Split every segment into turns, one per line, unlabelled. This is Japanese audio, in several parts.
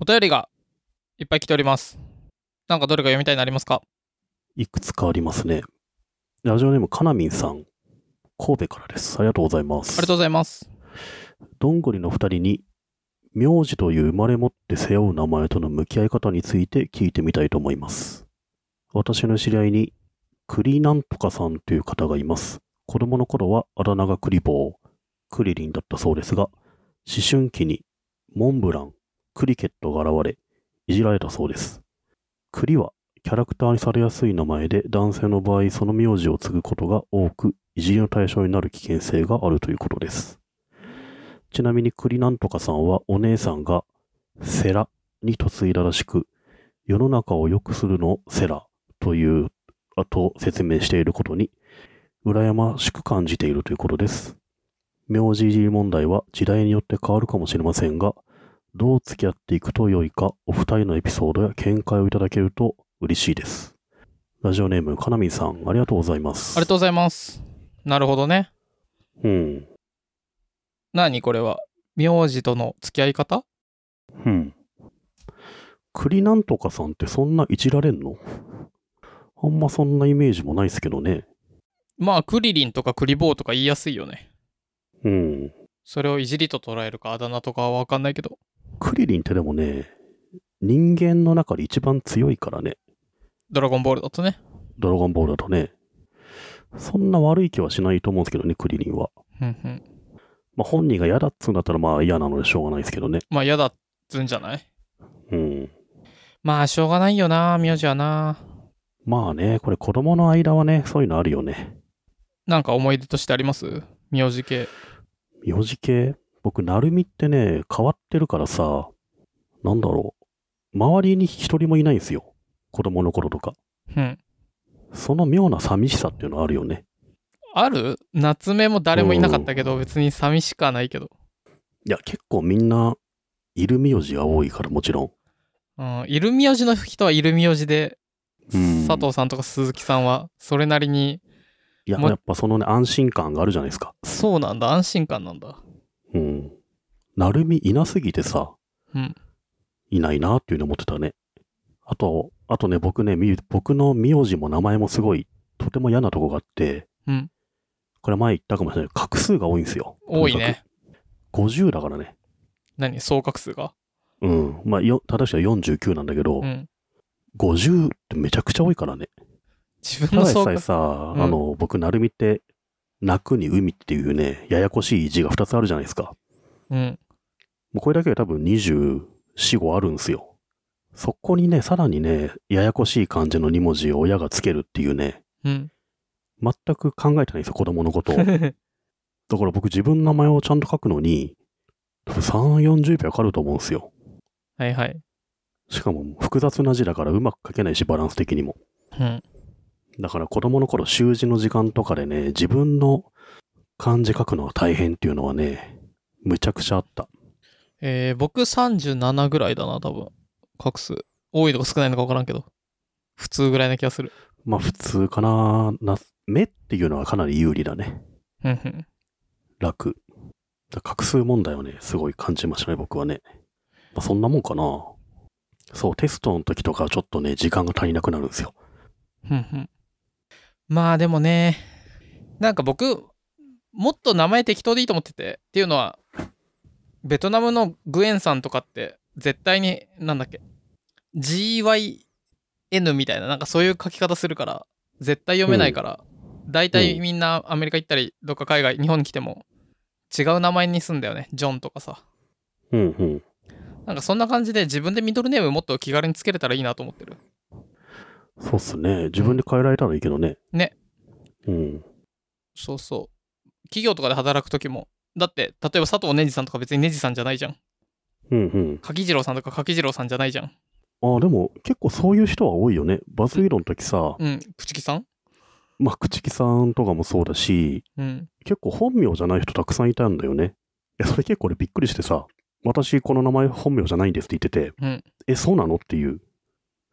お便りがいっぱい来ております。なんかどれか読みたいのありますか
いくつかありますね。ラジオネーム、かなみんさん。神戸からです。ありがとうございます。
ありがとうございます。
どんぐりの二人に、名字という生まれ持って背負う名前との向き合い方について聞いてみたいと思います。私の知り合いに、栗なんとかさんという方がいます。子供の頃はあだ名が栗棒、クリリンだったそうですが、思春期にモンブラン、クリケットが現れ、いじられたそうです。栗はキャラクターにされやすい名前で、男性の場合その名字を継ぐことが多く、いじりの対象になる危険性があるということです。ちなみに栗なんとかさんはお姉さんがセラに嫁いだらしく、世の中を良くするのをセラという、あと説明していることに、羨ましく感じているということです。名字いじり問題は時代によって変わるかもしれませんが、どう付き合っていくと良いか、お二人のエピソードや見解をいただけると嬉しいです。ラジオネーム、かなみんさん、ありがとうございます。
ありがとうございます。なるほどね。
うん。
何これは名字との付き合い方
うん。栗なんとかさんってそんないじられんのあんまそんなイメージもないですけどね。
まあ、クリリンとかクリボーとか言いやすいよね。
うん。
それをいじりと捉えるかあだ名とかはわかんないけど。
クリリンってでもね、人間の中で一番強いからね。
ドラゴンボールだとね。
ドラゴンボールだとね。そんな悪い気はしないと思うんですけどね、クリリンは。
うんうん。
まあ本人が嫌だっつうんだったらまあ嫌なのでしょうがないですけどね。
まあ、嫌だっつんじゃない
うん。
まあ、しょうがないよな、名字はな。
まあね、これ子供の間はね、そういうのあるよね。
なんか思い出としてあります名字系。
名字系僕、なるみってね、変わってるからさ、なんだろう。周りに一人もいないんですよ。子供の頃とか。
うん。
その妙な寂しさっていうのはあるよね。
ある夏目も誰もいなかったけど、別に寂しくはないけど。
いや、結構みんな、いる名字が多いからもちろん。
うん。いる名字の人はいる名字で、
うん
佐藤さんとか鈴木さんは、それなりに、
いや、
も
やっぱそのね、安心感があるじゃないですか。
そうなんだ、安心感なんだ。
うん。なるみいなすぎてさ、
うん
いないなっていうの思ってたね。あと、あとね、僕ね、み僕の名字も名前もすごい、とても嫌なとこがあって、
うん
これ前言ったかもしれないけど、画数が多いんですよ。
多いね。
とにかく。50だからね。
何総画数が。
うん。まあ、よ正しくは49なんだけど、
うん。
50ってめちゃくちゃ多いからね。
自分
た
の
だで
総
さ
画
え
数。
さ、
うん
あの、僕、なるみって、泣くに海っていうね、ややこしい字が2つあるじゃないですか。
うん。
もうこれだけで多分24、5あるんですよ。そこにね、さらにね、ややこしい感じの2文字を親がつけるっていうね、
うん。
全く考えてないんですよ、子供のことを。だから僕自分の名前をちゃんと書くのに、多分3、40秒かかると思うんですよ。
はいはい。
しかも複雑な字だからうまく書けないし、バランス的にも。
うん。
だから子供の頃、習字の時間とかでね、自分の漢字書くのは大変っていうのはね、むちゃくちゃあった。
えー、僕37ぐらいだな、多分。画数。多いのか少ないのか分からんけど。普通ぐらいな気がする。
まあ普通かなな、目っていうのはかなり有利だね。
うんうん。
楽。だから画数問題をね、すごい感じましたね、僕はね。まあ、そんなもんかな。そう、テストの時とかちょっとね、時間が足りなくなるんですよ。
うんうん。まあでもね、なんか僕、もっと名前適当でいいと思ってて。っていうのは、ベトナムのグエンさんとかって、絶対に、なんだっけ、GYN みたいな、なんかそういう書き方するから、絶対読めないから、大体みんなアメリカ行ったり、どっか海外、日本に来ても、違う名前にすんだよね。ジョンとかさ。
うんうん。
なんかそんな感じで自分でミドルネームもっと気軽につけれたらいいなと思ってる。
そうっすね。自分で変えられたらいいけどね。
ね。
うん。
そうそう。企業とかで働く時も。だって、例えば佐藤ねじさんとか別にねじさんじゃないじゃん。
うん
柿次郎さんとか柿次郎さんじゃないじゃん。
うん。ああ、でも結構そういう人は多いよね。バズイロの時さ、
うん。口木さん
まあ、口木さんとかもそうだし、
うん。
結構本名じゃない人たくさんいたんだよね。いや、それ結構俺びっくりしてさ、私この名前本名じゃないんですって言ってて、
うん
え、そうなのっていう、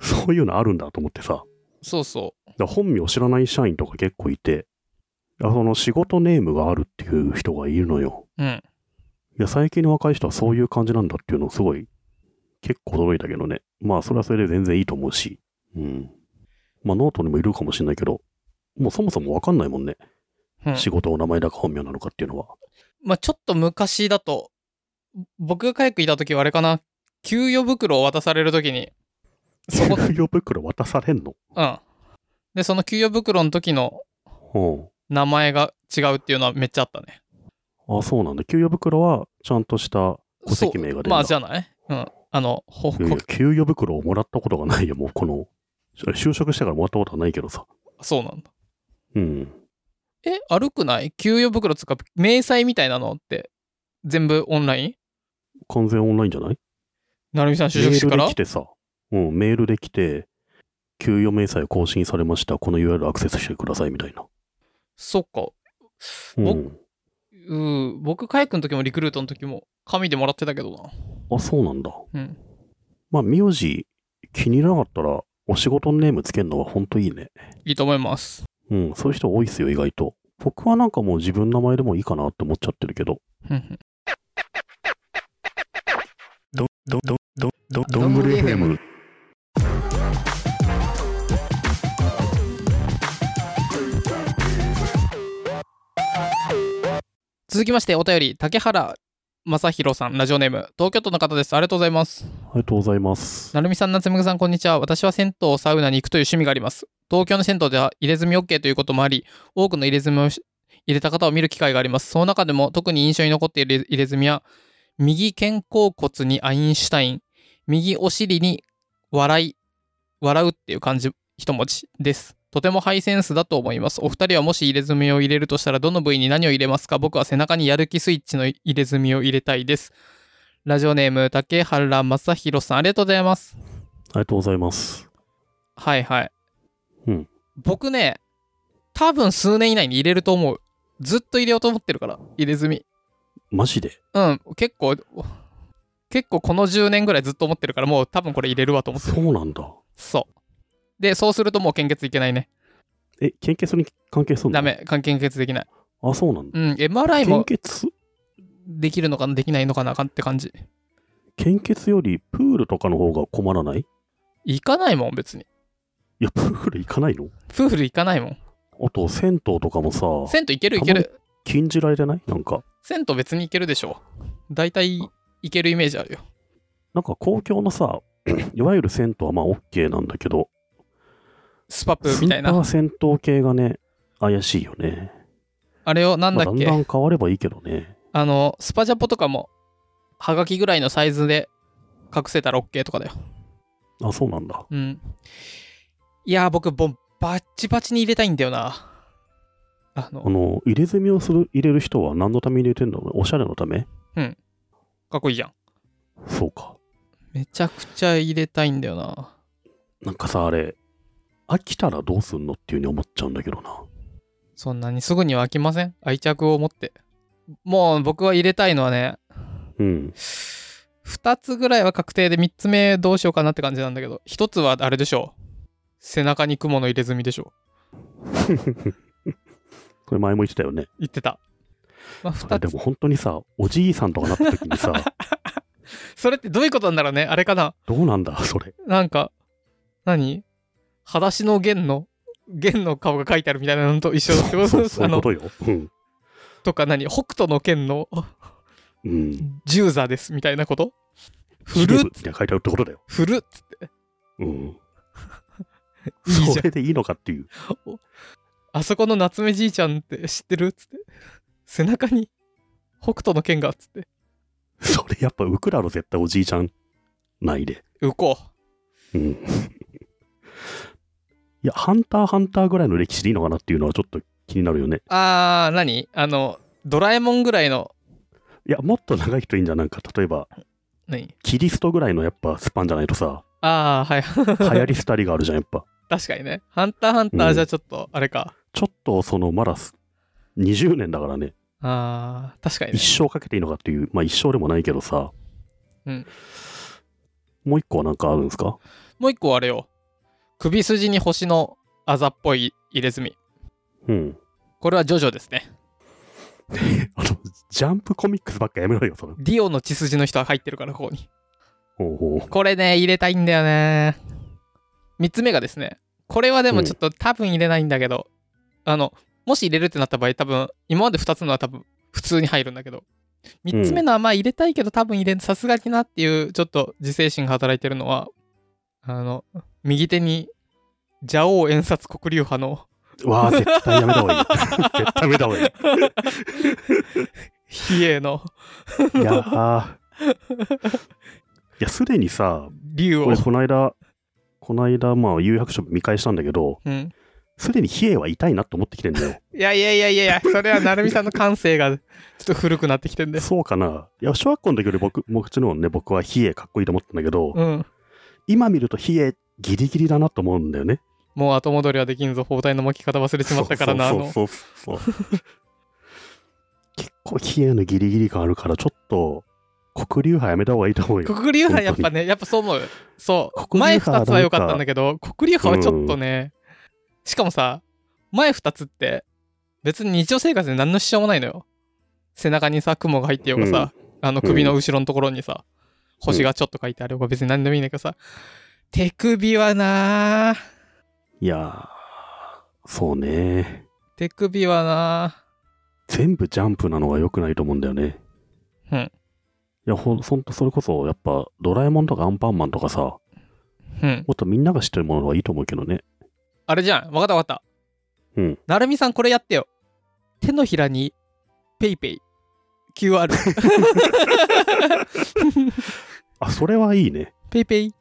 そういうのあるんだと思ってさ。
そうそ
だから本名知らない社員とか結構いて、あその仕事ネームがあるっていう人がいるのよ。
う。うん。
いや、最近の若い人はそういう感じなんだっていうのをすごい結構驚いたけどね。まあ、それはそれで全然いいと思うし。うん。まあ、ノートにもいるかもしれないけど、もうそもそもわかんないもんね。
うん
仕事を名前だか本名なのかっていうのは。
まあちょっと昔だと、僕がカヤックいた時はあれかな、給与袋を渡される時に、そ こ、
給与袋渡されんの
うん。で、その給与袋の時の
う
名前が違うっていうのはめっちゃあったね。
ん。あ、そうなんだ。給与袋は、ちゃんとした戸籍名が出るんだ
そうまあじゃないうん。あの、報
いやいや
告、
給与袋をもらったことがないよ、もうこの。就職してからもらったことはないけどさ。
そうなんだ。
うん。
え、歩くない給与袋つうか、明細みたいなのって、全部オンライン
完全オンラインじゃない
なるみさん就職
メ
して
ー
か
ルで
ら
来てさ、うん、メールで来て、給与明細更新されました。この URL アクセスしてくださいみたいな。
そっか。
う
僕
ん。
うん、僕、カヤックの時もリクルートの時も、紙でもらってたけどな。
あ、そうなんだ。
うん。
まあ、名字気に入らなかったら、お仕事のネームつけるのはほんといいね。
いいと思います。
うん、そういう人多いっすよ、意外と。僕はなんかもう自分の名前でもいいかなって思っちゃってるけど。
うんうん
ど、ど、ど、ど、ど、
どんぶり
FM。
続きましてお便り竹原正宏さんラジオネーム東京都の方ですありがとうございます
ありがとうございます。
なるみさん夏目ぐさんこんにちは私は銭湯サウナに行くという趣味があります東京の銭湯では入れ墨 OK ということもあり多くの入れ墨をし入れた方を見る機会がありますその中でも特に印象に残っている入れ墨は右肩甲骨にアインシュタイン右お尻に笑い笑うっていう漢字一文字ですとてもハイセンスだと思いますお二人はもし入れ墨を入れるとしたらどの部位に何を入れますか僕は背中にやる気スイッチの入れ墨を入れたいですラジオネーム竹原正宏さんありがとうございます
ありがとうございます。
はいはい、
うん
僕ね多分数年以内に入れると思うずっと入れようと思ってるから入れ墨
マジで
うん結構結構この10年ぐらいずっと思ってるからもう多分これ入れるわと思ってる
そうなんだ。
そうでそうするともう献血いけないね
え、献血に関係するの
ダ。メ関献血できない
あ、そうなんだ。
うん MRI
献
も
血
できるのかなできないのかなって感じ
献血よりプールとかの方が困らない
行
い
かないもん別に
や、プール行かないの
プール行かないもん
あと、銭湯とかもさ、
銭湯行ける行ける
禁じられてないなんか、
銭湯別に行けるでしょ大体行けるイメージあるよ
なんか公共のさ、 いわゆる銭湯はまあ OK なんだけど、
スパプ
ス
みたい
ーパ
な
ー銭湯系がね、怪しいよね。
あれをなん
まあ
だ
だ
っ
ん
け
だん変わればいいけどね。
あの、スパジャポとかも、はがきぐらいのサイズで隠せたら OK とかだよ。
あ、そうなんだ。
うん。いやー、僕、ボン、バッチバチに入れたいんだよな。あ
あ
の、
の、入れ墨をする、入れる人は何のために入れてんだろうね。おしゃれのため
かっこいいじゃん。
そうか。
めちゃくちゃ入れたいんだよな。
なんかさ、あれ、飽きたらどうすんのっていうふうに思っちゃうんだけどな。
そんなにすぐには飽きません。愛着を持って。もう僕は入れたいのはね、
うん。
2つぐらいは確定で3つ目どうしようかなって感じなんだけど、1つはあれでしょう。背中に雲の入れ墨でしょ
これ前も言ってたよね
う。。言ってた。まあ、
それで
2つ
も。本当にさ、おじいさんとかなった時にさ、
それってどういうことなんだろうね。あれかな。
どうなんだ、それ。
なんか、何裸足の弦の、弦の顔が書いてあるみたいなのと一緒って
そ
こ
う
と
そう
で
そ
す。
う
あ
いうこ
の、
とよ。うん。
とか何北斗の剣の
うん。
銃座ですみたいなことフル
フル
っ
ーツって書いてあるってことだよ。
フル
うん。
いいじゃん
それでいいのかっていう。
あそこの夏目じいちゃんって知ってるつって。背中に北斗の剣がつって。
それやっぱウクラの絶対おじいちゃんないで。
うこ
うん。いや、ハンターハンターぐらいの歴史でいいのかなっていうのはちょっと気になるよね。
う。あー、何あの、ドラえもんぐらいの、
いや、もっと長い人いいんじゃん。なんか、例えば、
何
キリストぐらいのやっぱスパンじゃないと さ、
あー、
流
はい。
行り廃りがあるじゃん、やっぱ。
確かにね。ハンターハンターじゃちょっと、あれか。
ちょっとそのまだす20年だからね、
あー、確かにね
一。生かけていいのかっていう、まあ一生でもないけどさ、
うん
もう一個はなんかあるんですか
もう一個あれよ。首筋に星のあざっぽい入れ墨。
うん。
これはジョジョですね。
あの、ジャンプコミックスばっかやめろよ、その。
ディオの血筋の人は入ってるから、ここに。
ほうほ
これね、入れたいんだよね。3つ目がですね、これはでもちょっと多分入れないんだけど、あの、もし入れるってなった場合、多分、今まで2つのは多分、普通に入るんだけど、3つ目のはまあ入れたいけど、多分入れん、さすがになっていう、ちょっと自制心が働いてるのは、あの、右手に、蛇王円札黒竜派の
う。わあ、絶対やめた方 がいい。絶対やめた方がいい。
比叡の
いやー。いや、すでにさ、
竜を
これ、この間、この間、まあ、有白書見返したんだけど、
うん、
すでに比叡は痛いなと思ってきてんだ よ。
いやいやいやいやいや、それは成美さんの感性がちょっと古くなってきてんで。
そうかな。いや、小学校の時より僕、もちろんね、僕は比叡かっこいいと思ったんだけど、
うん。
今見ると比叡ギリギリだなと思うんだよね。
もう後戻りはできんぞ、包帯の巻き方忘れちまったからな、あの。
そうそうそうそうそう 結構比叡のギリギリ感あるからちょっと黒竜派やめた方がいいと思うよ
黒竜派やっぱね、やっぱそう思う。そう。
黒竜
前
派は
2つは良かったんだけど、黒竜派はちょっとね、しかもさ、前2つって、別に日常生活で何の支障もないのよ。背中にさ、雲が入ってようがさ、あの首の後ろのところにさ、星がちょっと書いてあれば別に何でもいいんだけどさ、手首はなぁ。
いやーそうね
手首はなぁ。
全部ジャンプなのは良くないと思うんだよね
うん
いやほそんとそれこそやっぱドラえもんとかアンパンマンとかさも
うん。
っとみんなが知ってるものはいいと思うけどね
あれじゃん。わかったわかった。
うん。
なるみさん、これやってよ。手のひらに、ペイペイ、QR。
あそれはいいね
ペイペイ、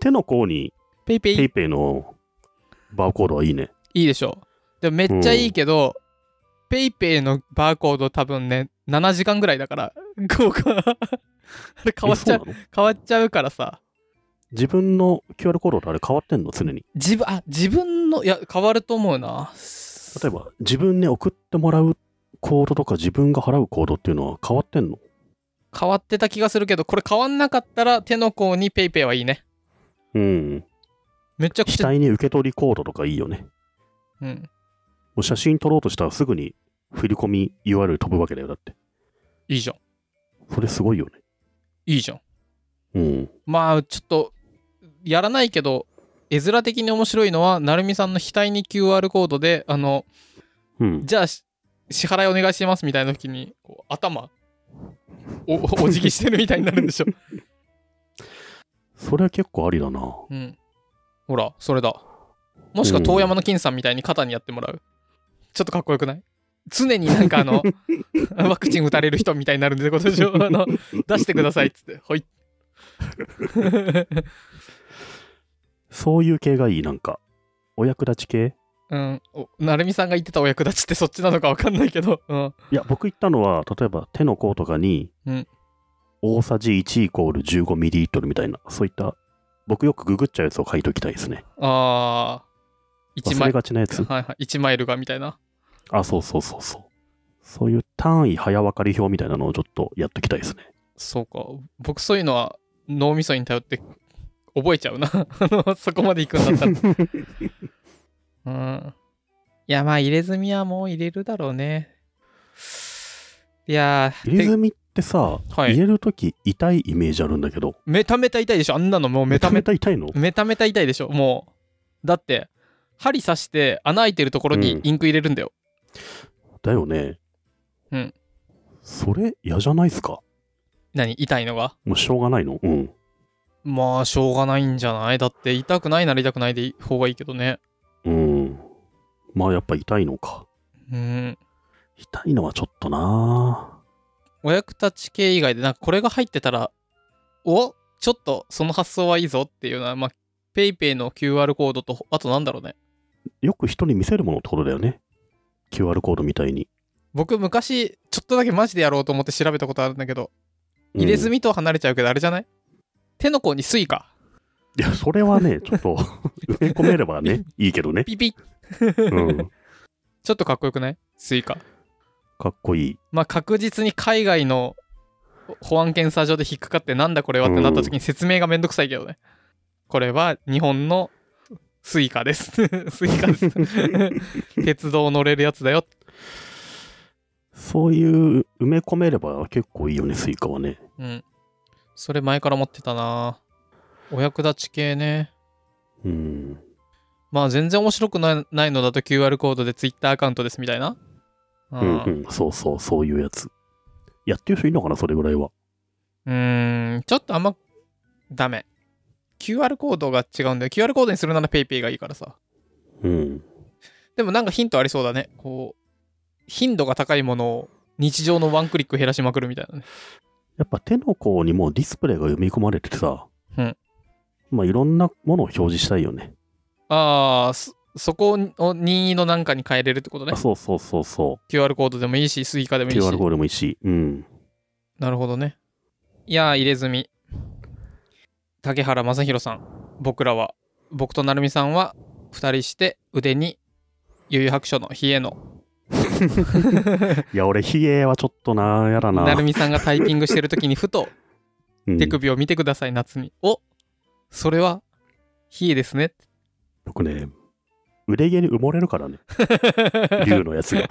手の甲に
ペイペイ。
ペイペイのバーコードはいいね
いいでしょでもめっちゃいいけど、ペイペイのバーコード多分ね、7時間ぐらいだから、こう か。あれ変わっちゃ
え
う、
そうなの
変わっちゃうからさ。
自分の QR コードとあれ変わってんの常に
自分、あ、自分の、いや、変わると思うな。
例えば自分に送ってもらうコードとか自分が払うコードっていうのは変わってんの
変わってた気がするけど、これ変わんなかったら手の甲にペイペイはいいね。
うん
めちゃく
死
ちゃ、
体に受け取りコードとかいいよね
うん。
もう写真撮ろうとしたらすぐに振り込み URL 飛ぶわけだよだって
いいじゃん。
それすごいよね
いいじゃん。
うん
まあちょっとやらないけど絵面的に面白いのは成美さんの額に QR コードであの
うん
じゃあし支払いお願いしますみたいな時にこう頭おお 辞儀してるみたいになるんでしょ、
それは結構ありだな
うん、ほらそれだもしくは遠山の金さんみたいに肩にやってもらうちょっとかっこよくない常になんかあ のワクチン打たれる人みたいになるんでことでしょあの出してくださいっつってほい
そういう系がいいなんかお役立ち系
うん、お成美さんが言ってたお役立ちってそっちなのか分かんないけど、うん、
いや僕言ったのは例えば手の甲とかに、
うん
大さじ1イコール1 5ミリリットルみたいなそういった僕よくググっちゃうやつを書いておきたいですね
あー1
忘
マイ
れ
ル
がちなやつ
はいはい、1マイルがみたいな
あ、そうそうそうそう。そういう単位早分かり表みたいなのをちょっとやっときたいですね。
そうか僕そういうのは脳みそに頼って覚えちゃうな あのそこまで行くんだ った らうんいやまあ入れ墨はもう入れるだろうねいやー
入れ
て
墨ってさ、
はい
入れるとき痛いイメージあるんだけど、
メタメタ痛いでしょあんなのもうメタメタ
痛いの
メタメタ痛いでしょもうだって針刺して穴開いてるところに
うん
インク入れるんだよ、
だよね。
うん。
それ嫌じゃないっすか
何痛いのが
もうしょうがないのうん。
まあしょうがないんじゃないだって痛くないなら痛くないでいい方がいいけどね
うん。まあやっぱ痛いのか。
うん
痛いのはちょっとな
お役立ち系以外でなんかこれが入ってたらおちょっとその発想はいいぞっていうのはまあ PayPay の QR コードとあとなんだろうね
よく人に見せるものってことだよね。QR コードみたいに。
僕昔ちょっとだけマジでやろうと思って調べたことあるんだけど
うん
入れ墨とは離れちゃうけどあれじゃない手の甲にスイカ
いや、それ はね、ちょっと埋め込めればね、いいけどね。
ピピ
うん。
ちょっとかっこよくないスイカ
かっこいい。
まあ確実に海外の保安検査場で引っかかってなんだこれはってなった時に説明がめんどくさいけどね。これは日本のスイカです。 スイカです。 鉄道乗れるやつだよ。
そういう埋め込めれば結構いいよね、スイカはね。
うん。それ前から持ってたなお役立ち系ね。
うん。
まあ全然面白くなないのだと QR コードで Twitter アカウントですみたいな。う
うん
ん。
うん。そうそう、そういうやつ。やってる人いるのかな、それぐらいは。
うーん、ちょっとあんまダメ。QR コードが違うんだよ。QR コードにするなら PayPay がいいからさ。
うん。
でもなんかヒントありそうだね。こう、頻度が高いものを日常のワンクリック減らしまくるみたいなね。
やっぱ手の甲にもうディスプレイが読み込まれててさ、
うん
まあいろんなものを表示したいよね。
ああ、そそこを任意のなんかに変えれるってことね
あ。そうそうそうそ
QR コードでもいいし、スイカで
う。
もいいし
QR。コードもいいし、うん。
なるほどね。いやー、入れ墨。竹原正宏さん、僕らは、僕と成美さんは、2人して腕に、悠々白書の冷えの、
いや、俺、ヒゲはちょっとな、やだな。
成美さんがタイピングしてる時にふと、
うん
手首を見てください、夏に。おそれは、冷えですね。
僕ね、腕毛に埋もれるからね、竜のやつが。